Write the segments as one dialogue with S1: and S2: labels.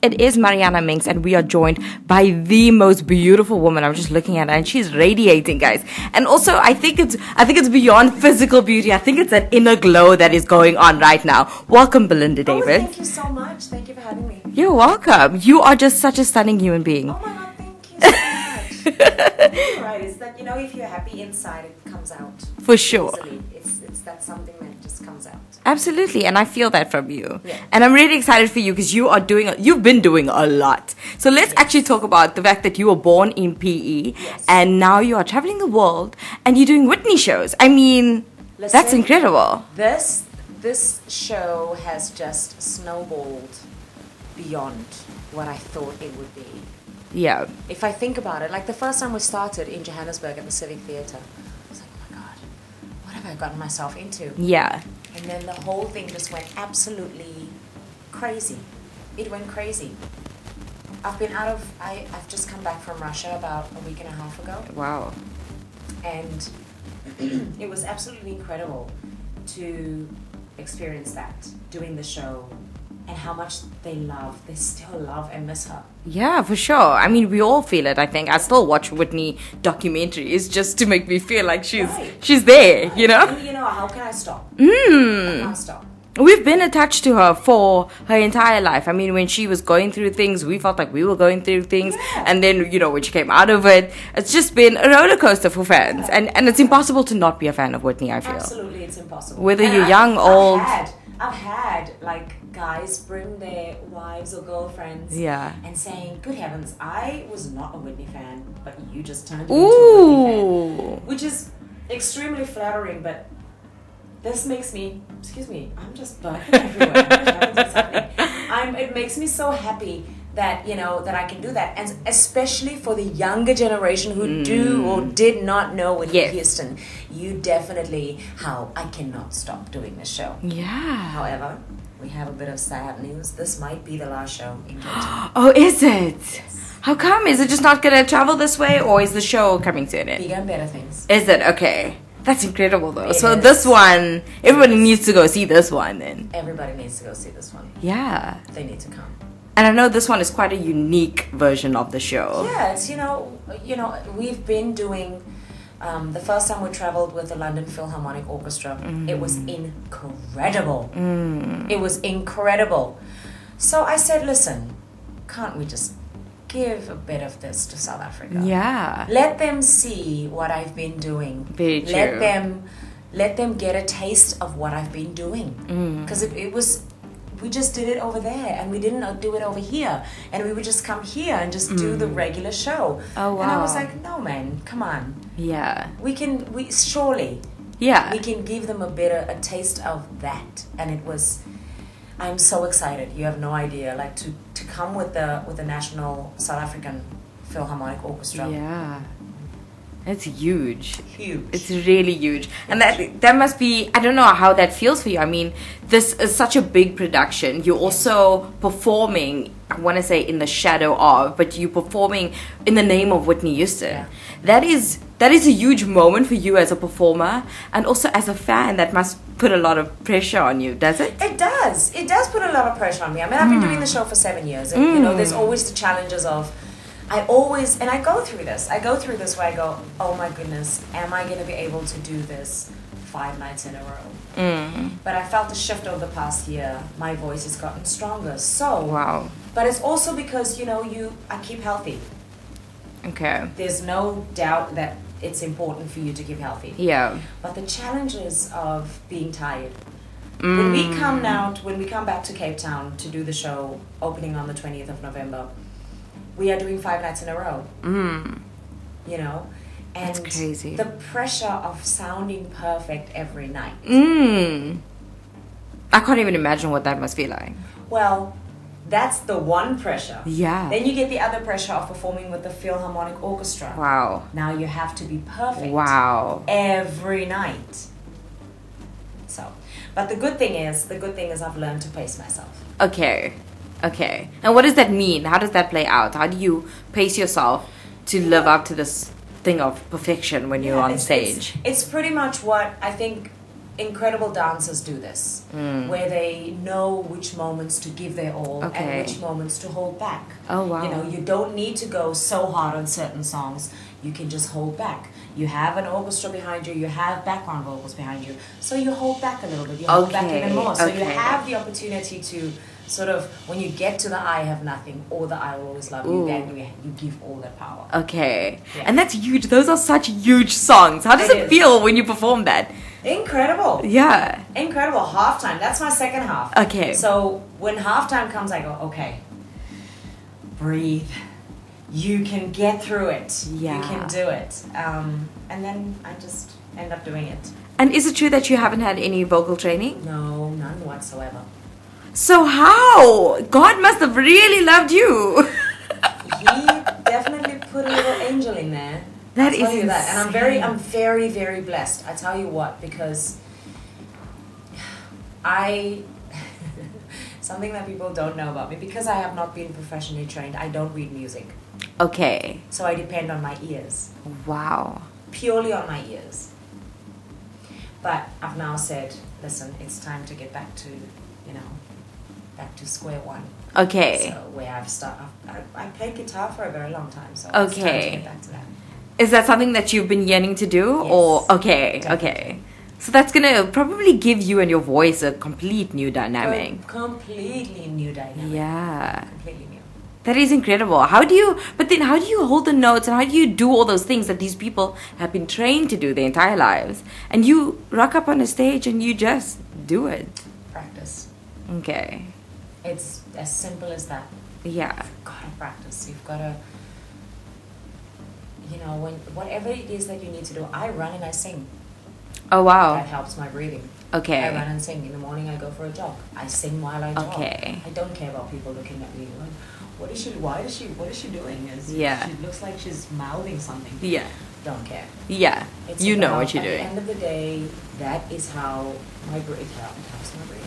S1: It is Mariana Minks, and we are joined by the most beautiful woman. I'm just looking at her, and she's radiating, guys. And also, I think it's I think it's beyond physical beauty. I think it's an inner glow that is going on right now. Welcome, Belinda
S2: Oh,
S1: David.
S2: thank you so much. Thank you for having me.
S1: You're welcome. You are just such a stunning human being.
S2: Oh my god, thank you so much. All right, it's that you know if you're happy inside, it comes out
S1: For sure.
S2: easily. It's it's that something that just comes out.
S1: Absolutely, and I feel that from you.
S2: Yeah.
S1: And I'm really excited for you because you are doing, a- you've been doing a lot. So let's actually talk about the fact that you were born in PE
S2: Yes.
S1: and now you are traveling the world and you're doing Whitney shows. I mean, that's
S2: Listen.
S1: incredible.
S2: This this show has just snowballed beyond what I thought it would be.
S1: Yeah.
S2: If I think about it, like the first time we started in Johannesburg at the Civic Theatre, I was like, oh my god, what have I gotten myself into?
S1: Yeah.
S2: And then the whole thing just went absolutely crazy. It went crazy. I've been out of, I, I've just come back from Russia about a week and a half ago,
S1: Wow.
S2: and it was absolutely incredible to experience that, doing the show, and how much they love, they still love and miss her.
S1: Yeah, for sure. I mean, we all feel it. I think I still watch Whitney documentaries just to make me feel like she's
S2: Right.
S1: she's there. You know.
S2: And you know, how can I stop? Mm. I can't stop.
S1: We've been attached to her for her entire life. I mean, when she was going through things, we felt like we were going through things.
S2: Yeah.
S1: And then, you know, when she came out of it, it's just been a roller coaster for fans. And, and it's impossible to not be a fan of Whitney, I feel.
S2: Absolutely, it's impossible.
S1: Whether
S2: And
S1: you're
S2: I-
S1: young, old.
S2: I've had, I've had like guys bring their wives or girlfriends.
S1: Yeah.
S2: And saying, "Good heavens, I was not a Whitney fan, but you just turned me into a Whitney
S1: Ooh.
S2: fan," which is extremely flattering. But this makes me, excuse me, I'm just burping everywhere. What the heavens is happening? I'm, it makes me so happy that you know that I can do that, and especially for the younger generation who do or did not know Whitney
S1: Yes.
S2: Houston. You definitely how I cannot stop doing this show.
S1: Yeah.
S2: However, we have a bit of sad news. This might be the last show in Cape Town
S1: Oh, is it? How come? Is it just not going to travel this way or is the show coming to an end?
S2: Bigger and better things.
S1: Is it? Okay. That's incredible, though.
S2: It
S1: so,
S2: is.
S1: this one, everybody needs to go see this one then.
S2: Everybody needs to go see this one.
S1: Yeah.
S2: They need to come.
S1: And I know this one is quite a unique version of the show.
S2: Yeah, it's you know, you know, we've been doing. Um, the first time we traveled with the London Philharmonic Orchestra, it was incredible. It was incredible. So I said, listen, can't we just give a bit of this to South Africa?
S1: Yeah.
S2: let them see what I've been doing.
S1: Very true.
S2: Let them let them get a taste of what I've been doing.
S1: Mm.
S2: Because it, it was we just did it over there and we didn't do it over here. And we would just come here and just do the regular show.
S1: Mm. Oh,
S2: And I was
S1: wow.
S2: like, no man, come on.
S1: Yeah.
S2: We can we surely
S1: Yeah.
S2: we can give them a better a taste of that. And it was I'm so excited. You have no idea. Like to, to come with the with the National South African Philharmonic Orchestra.
S1: Yeah. It's huge.
S2: Huge.
S1: It's really huge. And that that must be I don't know how that feels for you. I mean, this is such a big production. You're also performing I want to say in the shadow of, but you performing in the name of Whitney Houston.
S2: Yeah.
S1: That is that is a huge moment for you as a performer and also as a fan that must put a lot of pressure on you, does it?
S2: It does. It does put a lot of pressure on me. I mean, I've been doing the show for seven years, and you know, there's always the challenges of. I always and I go through this. I go through this where I go, oh my goodness, am I going to be able to do this five nights in a row? But I felt the shift over the past year. My voice has gotten stronger. So,
S1: Wow.
S2: but it's also because you know you I keep healthy.
S1: Okay.
S2: There's no doubt that it's important for you to keep healthy.
S1: Yeah.
S2: But the challenges of being tired. When
S1: Mm.
S2: we come now, when we come back to Cape Town to do the show opening on the 20th of November, we are doing five nights in a row. Mm. You know? And
S1: That's crazy.
S2: the pressure of sounding perfect every night.
S1: Mm. I can't even imagine what that must feel like.
S2: Well, that's the one pressure.
S1: Yeah.
S2: Then you get the other pressure of performing with the Philharmonic Orchestra.
S1: Wow.
S2: Now you have to be perfect.
S1: Wow.
S2: every night. So, but the good thing is, the good thing is I've learned to pace myself.
S1: Okay. Okay. And what does that mean? How does that play out? How do you pace yourself to live up to this thing of perfection when you're on
S2: It's-
S1: stage?
S2: It's, it's pretty much what I think incredible dancers do this,
S1: Mm.
S2: where they know which moments to give their all
S1: Okay.
S2: and which moments to hold back.
S1: Oh, wow.
S2: You know, you don't need to go so hard on certain songs. You can just hold back. You have an orchestra behind you. You have background vocals behind you, so you hold back a little bit. You hold back
S1: Okay,
S2: even more. So you
S1: okay.
S2: have the opportunity to sort of when you get to the I have nothing or the I will always love you.
S1: Ooh.
S2: Then you, you give all that power.
S1: Okay.
S2: Yeah.
S1: And that's huge. Those are such huge songs. How does
S2: It
S1: it
S2: is.
S1: feel when you perform that?
S2: Incredible.
S1: Yeah.
S2: Incredible. Halftime. That's my second half.
S1: Okay.
S2: So when halftime comes, I go, okay, breathe. You can get through it.
S1: Yeah.
S2: You can do it. Um, and then I just end up doing it.
S1: And is it true that you haven't had any vocal training?
S2: No, none whatsoever.
S1: So how? God must have really loved you.
S2: He definitely put a little angel in there.
S1: That
S2: I'll tell
S1: is
S2: you that. And I'm very,
S1: insane.
S2: I'm very, very blessed. I tell you what, because I something that people don't know about me because I have not been professionally trained. I don't read music,
S1: okay.
S2: so I depend on my ears,
S1: Wow.
S2: purely on my ears. But I've now said, listen, it's time to get back to, you know, back to square one.
S1: Okay.
S2: So where I've started, I, I played guitar for a very long time, so it's time
S1: Okay.
S2: to get back to that.
S1: Is that something that you've been yearning to do?
S2: Yes,
S1: Or okay,
S2: definitely.
S1: okay. So that's gonna probably give you and your voice a complete new dynamic.
S2: Com- completely new dynamic.
S1: Yeah.
S2: Completely new.
S1: That is incredible. How do you but then how do you hold the notes and how do you do all those things that these people have been trained to do their entire lives? And you rock up on a stage and you just do it.
S2: Practice.
S1: Okay.
S2: It's as simple as that.
S1: Yeah.
S2: You've gotta practice. You've gotta you know, when whatever it is that you need to do, I run and I sing.
S1: Oh
S2: That
S1: wow.
S2: helps my breathing. I run
S1: Okay.
S2: and sing. In the morning I go for a jog. I sing while I jog.
S1: Okay.
S2: I don't care about people looking at me like, what is she why is she what is she doing? Is
S1: Yeah.
S2: she looks like she's mouthing something.
S1: Yeah.
S2: Don't care.
S1: Yeah.
S2: It's
S1: You know
S2: about-
S1: what you're
S2: At the
S1: doing.
S2: end of the day, that is how my breath helps my breathing.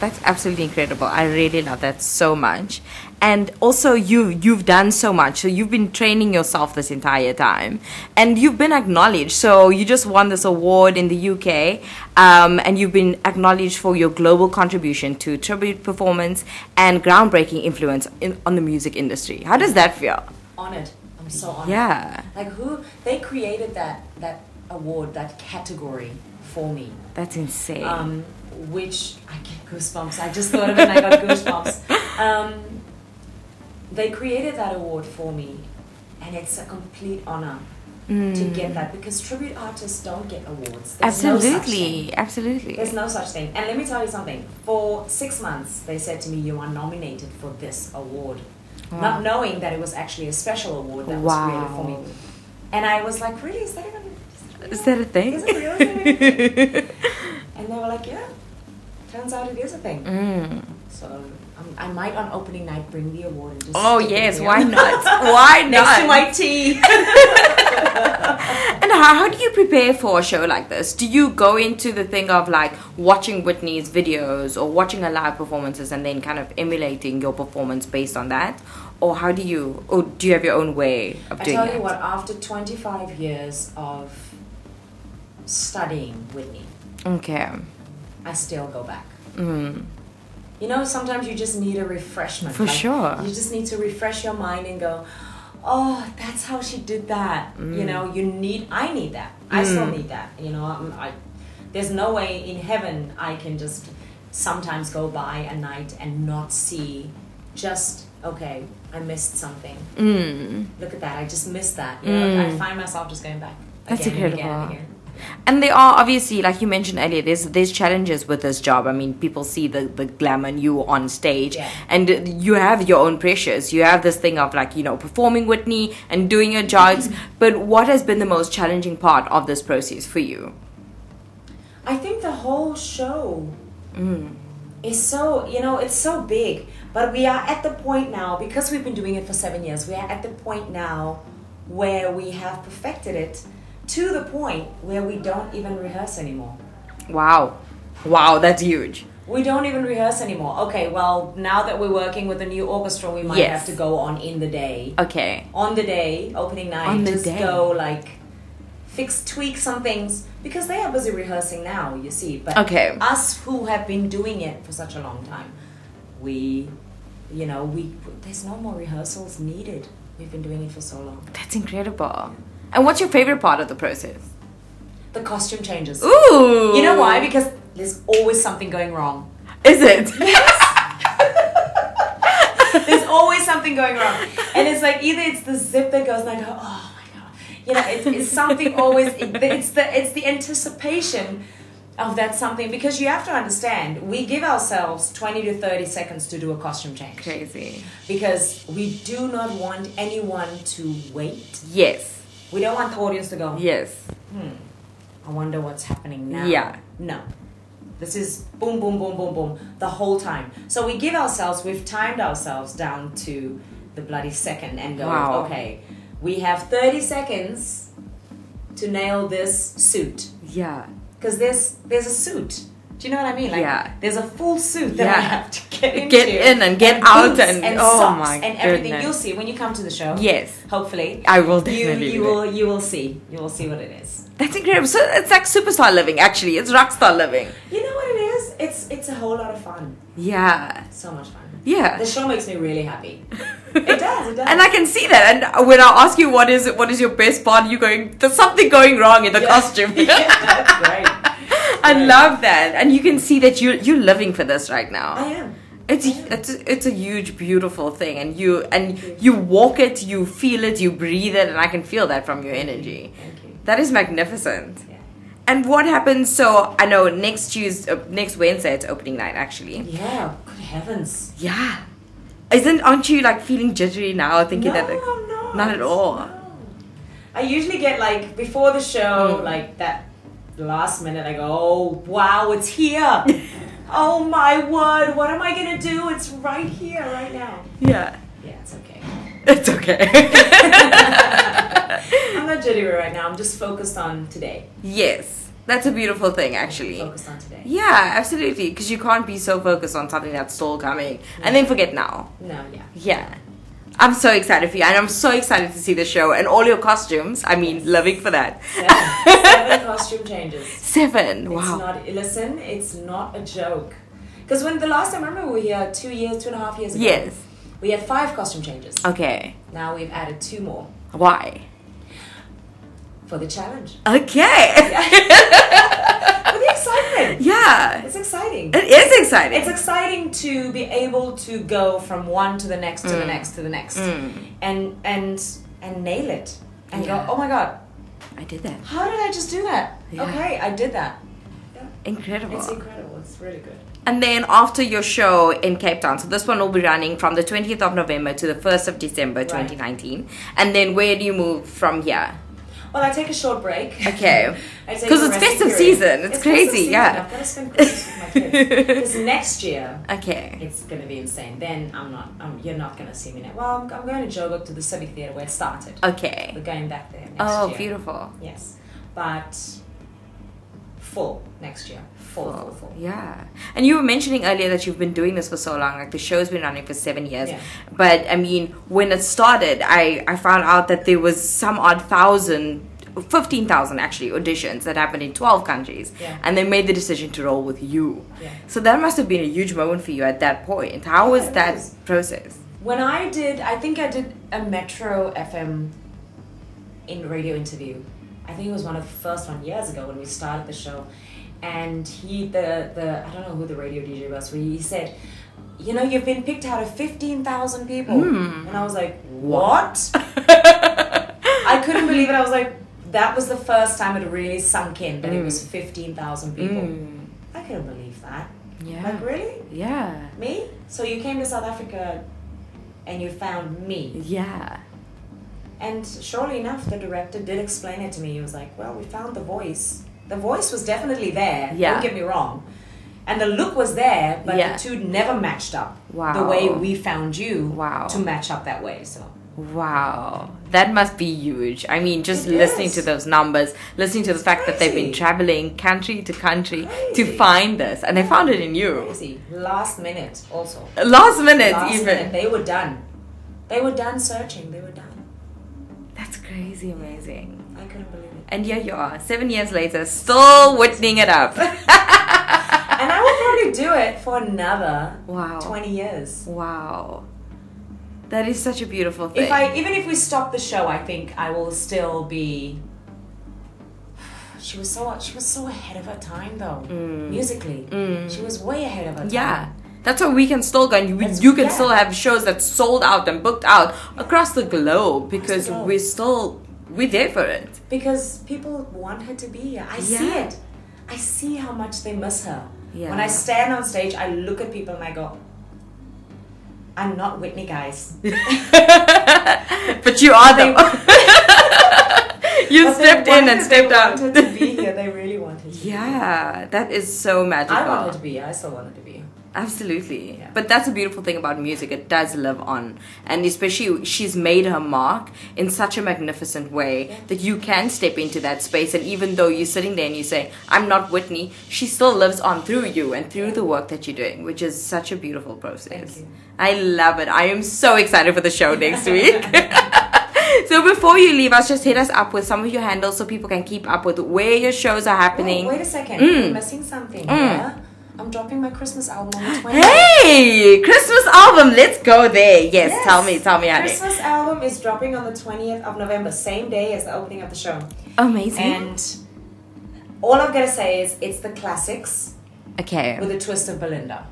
S1: That's absolutely incredible. I really love that so much. And also you you've done so much. So you've been training yourself this entire time. And you've been acknowledged. So you just won this award in the UK. Um, and you've been acknowledged for your global contribution to tribute performance and groundbreaking influence in, on the music industry. How does that feel?
S2: honored. I'm so honored.
S1: Yeah.
S2: Like who they created that that award, that category for me.
S1: That's insane.
S2: Um, which I get goosebumps. I just thought of it and I got goosebumps. Um, they created that award for me and it's a complete honor to
S1: Hmm. Mm.
S2: get that because tribute artists don't get awards. There's no such thing.
S1: absolutely. absolutely.
S2: There's no such thing. And let me tell you something. For six months, they said to me, You are nominated for this award.
S1: Wow.
S2: Not knowing that it was actually a special award that was created for
S1: wow.
S2: me. And I was like, Really? Is that even.
S1: Is that a thing?
S2: Is it real? Is that even a thing? and they were like, Yeah. Turns out it is a thing.
S1: Mm.
S2: So um, I might on opening night bring the award and just.
S1: Oh
S2: stick it
S1: yes,
S2: there.
S1: why not? Why not?
S2: Next to my tea.
S1: And how, how do you prepare for a show like this? Do you go into the thing of like watching Whitney's videos or watching her live performances and then kind of emulating your performance based on that? Or how do you, or do you have your own way of
S2: I
S1: doing
S2: tell
S1: it?
S2: you what, after 25 years of studying Whitney,
S1: Okay.
S2: I still go back.
S1: Mm.
S2: You know, sometimes you just need a refreshment.
S1: For sure.
S2: You just need to refresh your mind and go, oh, that's how she did that.
S1: Mm.
S2: You know, you need, I need that. I still need that. You know, I'm, I, there's no way in heaven I can just sometimes go by a night and not see just, okay, I missed something.
S1: Mm.
S2: Look at that. I just missed that. You know, I find myself just going back.
S1: That's
S2: again And again and
S1: incredible.
S2: again.
S1: And there are obviously, like you mentioned earlier, there's there's challenges with this job. I mean, people see the the glamour and you on stage,
S2: Yeah.
S1: and you have your own pressures. You have this thing of like you know performing Whitney and doing your jogs. but what has been the most challenging part of this process for you?
S2: I think the whole show Mm. is so, you know, it's so big. But we are at the point now, because we've been doing it for seven years, we are at the point now where we have perfected it to the point where we don't even rehearse anymore.
S1: Wow, wow, that's huge.
S2: We don't even rehearse anymore. Okay, well, now that we're working with a new orchestra, we might
S1: Yes.
S2: have to go on in the day.
S1: Okay,
S2: On the day, opening night,
S1: On the
S2: just
S1: day.
S2: go like fix, tweak some things because they are busy rehearsing now, you see. But
S1: Okay.
S2: us who have been doing it for such a long time, we, you know, we there's no more rehearsals needed. We've been doing it for so long.
S1: That's incredible. And what's your favorite part of the process?
S2: The costume changes.
S1: Ooh.
S2: You know why? Because there's always something going wrong.
S1: Is it?
S2: There's always something going wrong. And it's like either it's the zip that goes like, oh my god, you know, it's, it's something always. It's the it's the anticipation of that something because you have to understand we give ourselves 20 to 30 seconds to do a costume change
S1: Crazy.
S2: because we do not want anyone to wait
S1: Yes.
S2: we don't want the audience to go
S1: Yes.
S2: I wonder what's happening now.
S1: Yeah.
S2: No. This is boom, boom, boom, boom, boom the whole time. So we give ourselves, we've timed ourselves down to the bloody second and go,
S1: Wow.
S2: okay, we have 30 seconds to nail this suit.
S1: Yeah.
S2: Because there's, there's a suit. Do you know what I mean? Like,
S1: Yeah.
S2: There's a full suit that
S1: Yeah.
S2: I have to get into.
S1: Get in and get out
S2: boots
S1: and-
S2: and
S1: oh
S2: socks
S1: my
S2: and everything.
S1: goodness.
S2: You'll see when you come to the show.
S1: Yes.
S2: Hopefully.
S1: I will
S2: You,
S1: definitely.
S2: you
S1: do that.
S2: will you will see you will see what it is.
S1: That's incredible. So it's like superstar living, actually. It's rock star living.
S2: You know what it is? It's it's a whole lot of fun.
S1: Yeah.
S2: So much fun.
S1: Yeah.
S2: The show makes me really happy. It does. It does.
S1: And I can see that. And when I ask you what is what is your best part, you going there's something going wrong in the
S2: Yeah.
S1: costume.
S2: yeah, that's great.
S1: I love that, and you can see that you you're living for this right now.
S2: I am.
S1: It's it's it's a huge, beautiful thing, and you and you walk it, you feel it, you breathe it, and I can feel that from your energy.
S2: Thank you.
S1: That is magnificent.
S2: Yeah.
S1: And what happens? So I know next Tuesday, uh, next Wednesday, it's opening night. Actually,
S2: Yeah. Good heavens.
S1: yeah. Isn't aren't you like feeling jittery now, thinking
S2: no,
S1: that? like-
S2: no,
S1: not at all.
S2: no. I usually get like before the show,
S1: Hmm.
S2: like that last minute. I go, oh wow, it's here. oh my word, what am I gonna do? It's right here, right now.
S1: yeah,
S2: Yeah, it's okay.
S1: it's okay.
S2: I'm not jittery right now. I'm just focused on today.
S1: yes, that's a beautiful thing, actually.
S2: Focused on today.
S1: Yeah, absolutely. Because you can't be so focused on something that's still coming and then forget now.
S2: No, yeah.
S1: Yeah. I'm so excited for you, and I'm so excited to see the show and all your costumes. I mean, loving for that.
S2: Seven, seven costume changes.
S1: Seven.
S2: It's
S1: Wow.
S2: not listen. It's not a joke. Because when the last time I remember we were here two years, two and a half years ago.
S1: Yes.
S2: We had five costume changes.
S1: Okay.
S2: Now we've added two more
S1: Why?
S2: for the challenge.
S1: Okay.
S2: For the excitement.
S1: Yeah.
S2: It's exciting.
S1: It is exciting.
S2: It's exciting to be able to go from one to the next to
S1: Mm.
S2: the next to the next, and and and nail it, and
S1: Yeah.
S2: go. Oh my god!
S1: I did that.
S2: How did I just do that?
S1: Yeah.
S2: Okay, I did that.
S1: Incredible.
S2: It's incredible. It's really good.
S1: And then after your show in Cape Town, so this one will be running from the 20th of November to the 1st of December 2019. And then where do you move from here?
S2: Well, I take a short break.
S1: Okay.
S2: I take
S1: 'Cause
S2: a
S1: it's
S2: resting
S1: festive
S2: period.
S1: season. It's crazy,
S2: festive season.
S1: yeah.
S2: I've got to spend Christmas with my kids. Because next year
S1: Okay.
S2: it's gonna be insane. Then I'm not. I'm, you're not gonna see me now. Well, I'm, I'm going to Joburg to the Civic Theatre where it started.
S1: Okay.
S2: We're going back there next
S1: Oh,
S2: year.
S1: beautiful.
S2: Yes, but full next year. Full, full, full.
S1: Yeah. And you were mentioning earlier that you've been doing this for so long, like the show's been running for seven years.
S2: Yeah.
S1: But I mean, when it started, I, I found out that there was some odd thousand, 15,000 actually, auditions that happened in 12 countries.
S2: Yeah.
S1: And they made the decision to roll with you.
S2: Yeah.
S1: So that must have been a huge moment for you at that point. How was
S2: it
S1: that
S2: was.
S1: process?
S2: When I did, I think I did a Metro FM in radio interview. I think it was one of the first one years ago when we started the show, and he the the I don't know who the radio DJ was, but he said, "You know, you've been picked out of fifteen thousand people," and I was like, "What?" I couldn't believe it. I was like, "That was the first time it really sunk in that it was fifteen thousand people." I couldn't believe that.
S1: Hmm. Mm. Yeah.
S2: Like, really?
S1: Yeah.
S2: Me? So you came to South Africa and you found me.
S1: Yeah.
S2: And surely enough, the director did explain it to me. He was like, Well, we found the voice. The voice was definitely there.
S1: Yeah.
S2: Don't get me wrong. And the look was there, but
S1: Yeah.
S2: the two never matched up. The
S1: Wow.
S2: way we found you
S1: Wow.
S2: to match up that way. So
S1: Wow, that must be huge. I mean, just
S2: It
S1: listening
S2: is.
S1: to those numbers, listening to the fact that they've been
S2: Crazy.
S1: traveling country to country to
S2: Crazy.
S1: find this, and they found it in you.
S2: crazy. Last minute also.
S1: Last minute,
S2: Last
S1: even.
S2: minute. They were done. They were done searching. They were done.
S1: That's crazy amazing.
S2: I couldn't believe it.
S1: And here you are, seven years later, still whittling it up.
S2: And I will probably do it for another
S1: Wow.
S2: 20 years.
S1: Wow. That is such a beautiful thing.
S2: If I even if we stop the show, I think I will still be. She was so she was so ahead of her time though. Musically, she was way ahead of her time.
S1: Mm. yeah. That's why we can still go and we,
S2: That's-
S1: you can
S2: yeah.
S1: still have shows that sold out and booked out across the globe because
S2: globe.
S1: we're still we're there for it.
S2: because people want her to be here. I see
S1: Yeah.
S2: it. I see how much they miss her.
S1: Yeah.
S2: When I stand on stage, I look at people and I go, "I'm not Whitney, guys."
S1: but you are
S2: They-
S1: the You
S2: But they
S1: stepped in and
S2: wanted-
S1: stepped
S2: they
S1: out.
S2: Wanted to be here. They really wanted. To be here.
S1: Yeah, that is so magical.
S2: I wanted to be here. I still wanted to be here.
S1: Absolutely.
S2: Yeah.
S1: But that's a beautiful thing about music. It does live on. And especially, she's made her mark in such a magnificent way that you can step into that space. And even though you're sitting there and you say, I'm not Whitney, she still lives on through you and through the work that you're doing, which is such a beautiful process.
S2: Thank you.
S1: I love it. I am so excited for the show next week. so before you leave us, just hit us up with some of your handles so people can keep up with where your shows are happening. Mm.
S2: Oh, wait a second. I'm missing something. Yeah? I'm dropping my Christmas album on the 20th.
S1: Hey, Christmas album. Let's go there. Yes,
S2: Yes.
S1: tell me, tell me, honey.
S2: Christmas album is dropping on the 20th of November, same day as the opening of the show.
S1: Amazing.
S2: And all I've got to say is it's the classics
S1: okay.
S2: with a twist of Belinda.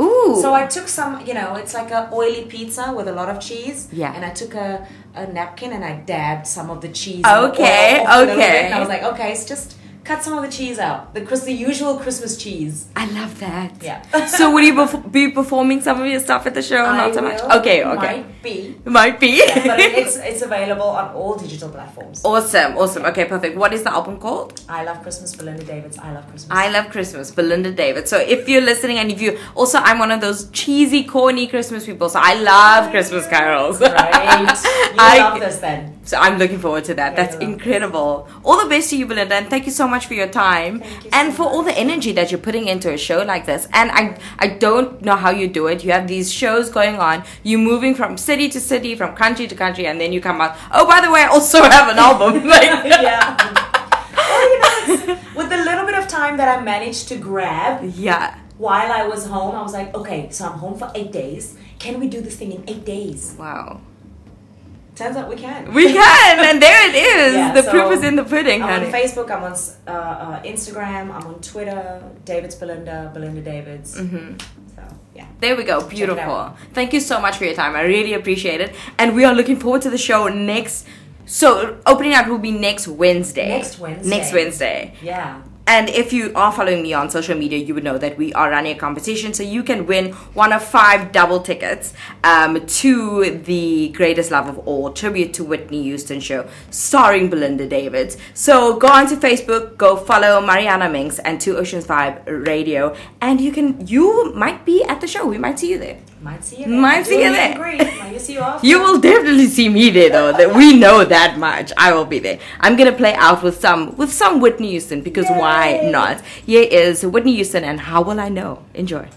S1: Ooh.
S2: So I took some, you know, it's like a oily pizza with a lot of cheese.
S1: Yeah.
S2: And I took a, a napkin and I dabbed some of the cheese.
S1: Okay,
S2: and the oil off a little
S1: okay.
S2: bit. And I was like, okay, it's just cut some of the cheese out. The, Chris- the usual Christmas cheese.
S1: I love that.
S2: Yeah.
S1: so will you bef- be performing some of your stuff at the show? or
S2: I
S1: Oh, Not so much.
S2: will-
S1: Okay. Okay.
S2: Might be.
S1: Might, be.
S2: but it's it's available on all digital platforms.
S1: awesome. Awesome. Okay. Perfect. What is the album called?
S2: I love Christmas, Belinda Davids. I love Christmas.
S1: I love Christmas, Belinda David. So if you're listening and if you also I'm one of those cheesy, corny Christmas people, so I love Christmas carols.
S2: right? You
S1: I-
S2: love this then.
S1: So I'm looking forward to that.
S2: Yeah,
S1: That's
S2: you're welcome.
S1: incredible. All the best to you, Belinda, and thank you so much for your time
S2: Thank you
S1: and
S2: so
S1: for all the energy that you're putting into a show like this. And I, I don't know how you do it. You have these shows going on. You're moving from city to city, from country to country, and then you come out. Oh, by the way, I also have an album. Like,
S2: yeah. Well, you know, it's- with the little bit of time that I managed to grab
S1: yeah.
S2: while I was home, I was like, okay, so I'm home for eight days. Can we do this thing in eight days?
S1: Wow.
S2: Turns out we can.
S1: We can, and there it is.
S2: Yeah,
S1: the
S2: so
S1: proof is in the pudding,
S2: I'm on
S1: honey.
S2: Facebook. I'm on s- uh, uh, Instagram. I'm on Twitter. David's Belinda. Belinda Davids. Mm-hmm. So yeah.
S1: There we go. Beautiful. Thank you so much for your time. I really appreciate it. And we are looking forward to the show next. So, opening up will be next Wednesday.
S2: Next Wednesday.
S1: Next Wednesday.
S2: Yeah.
S1: And if you are following me on social media, you would know that we are running a competition. So you can win one of five double tickets um, to the Greatest Love of All tribute to Whitney Houston show starring Belinda Davids. So go onto Facebook, go follow Mariana Minks and Two Oceans Vibe Radio, and you can you might be at the show. We might see you there.
S2: Might see you.
S1: Might
S2: Do
S1: see you
S2: meet and
S1: there.
S2: greet. Might see you off.
S1: You will definitely see me there, though. That we know that much. I will be there. I'm gonna play out with some with some Whitney Houston because why
S2: Yay.
S1: not? Here is Whitney Houston and How Will I Know? Enjoy.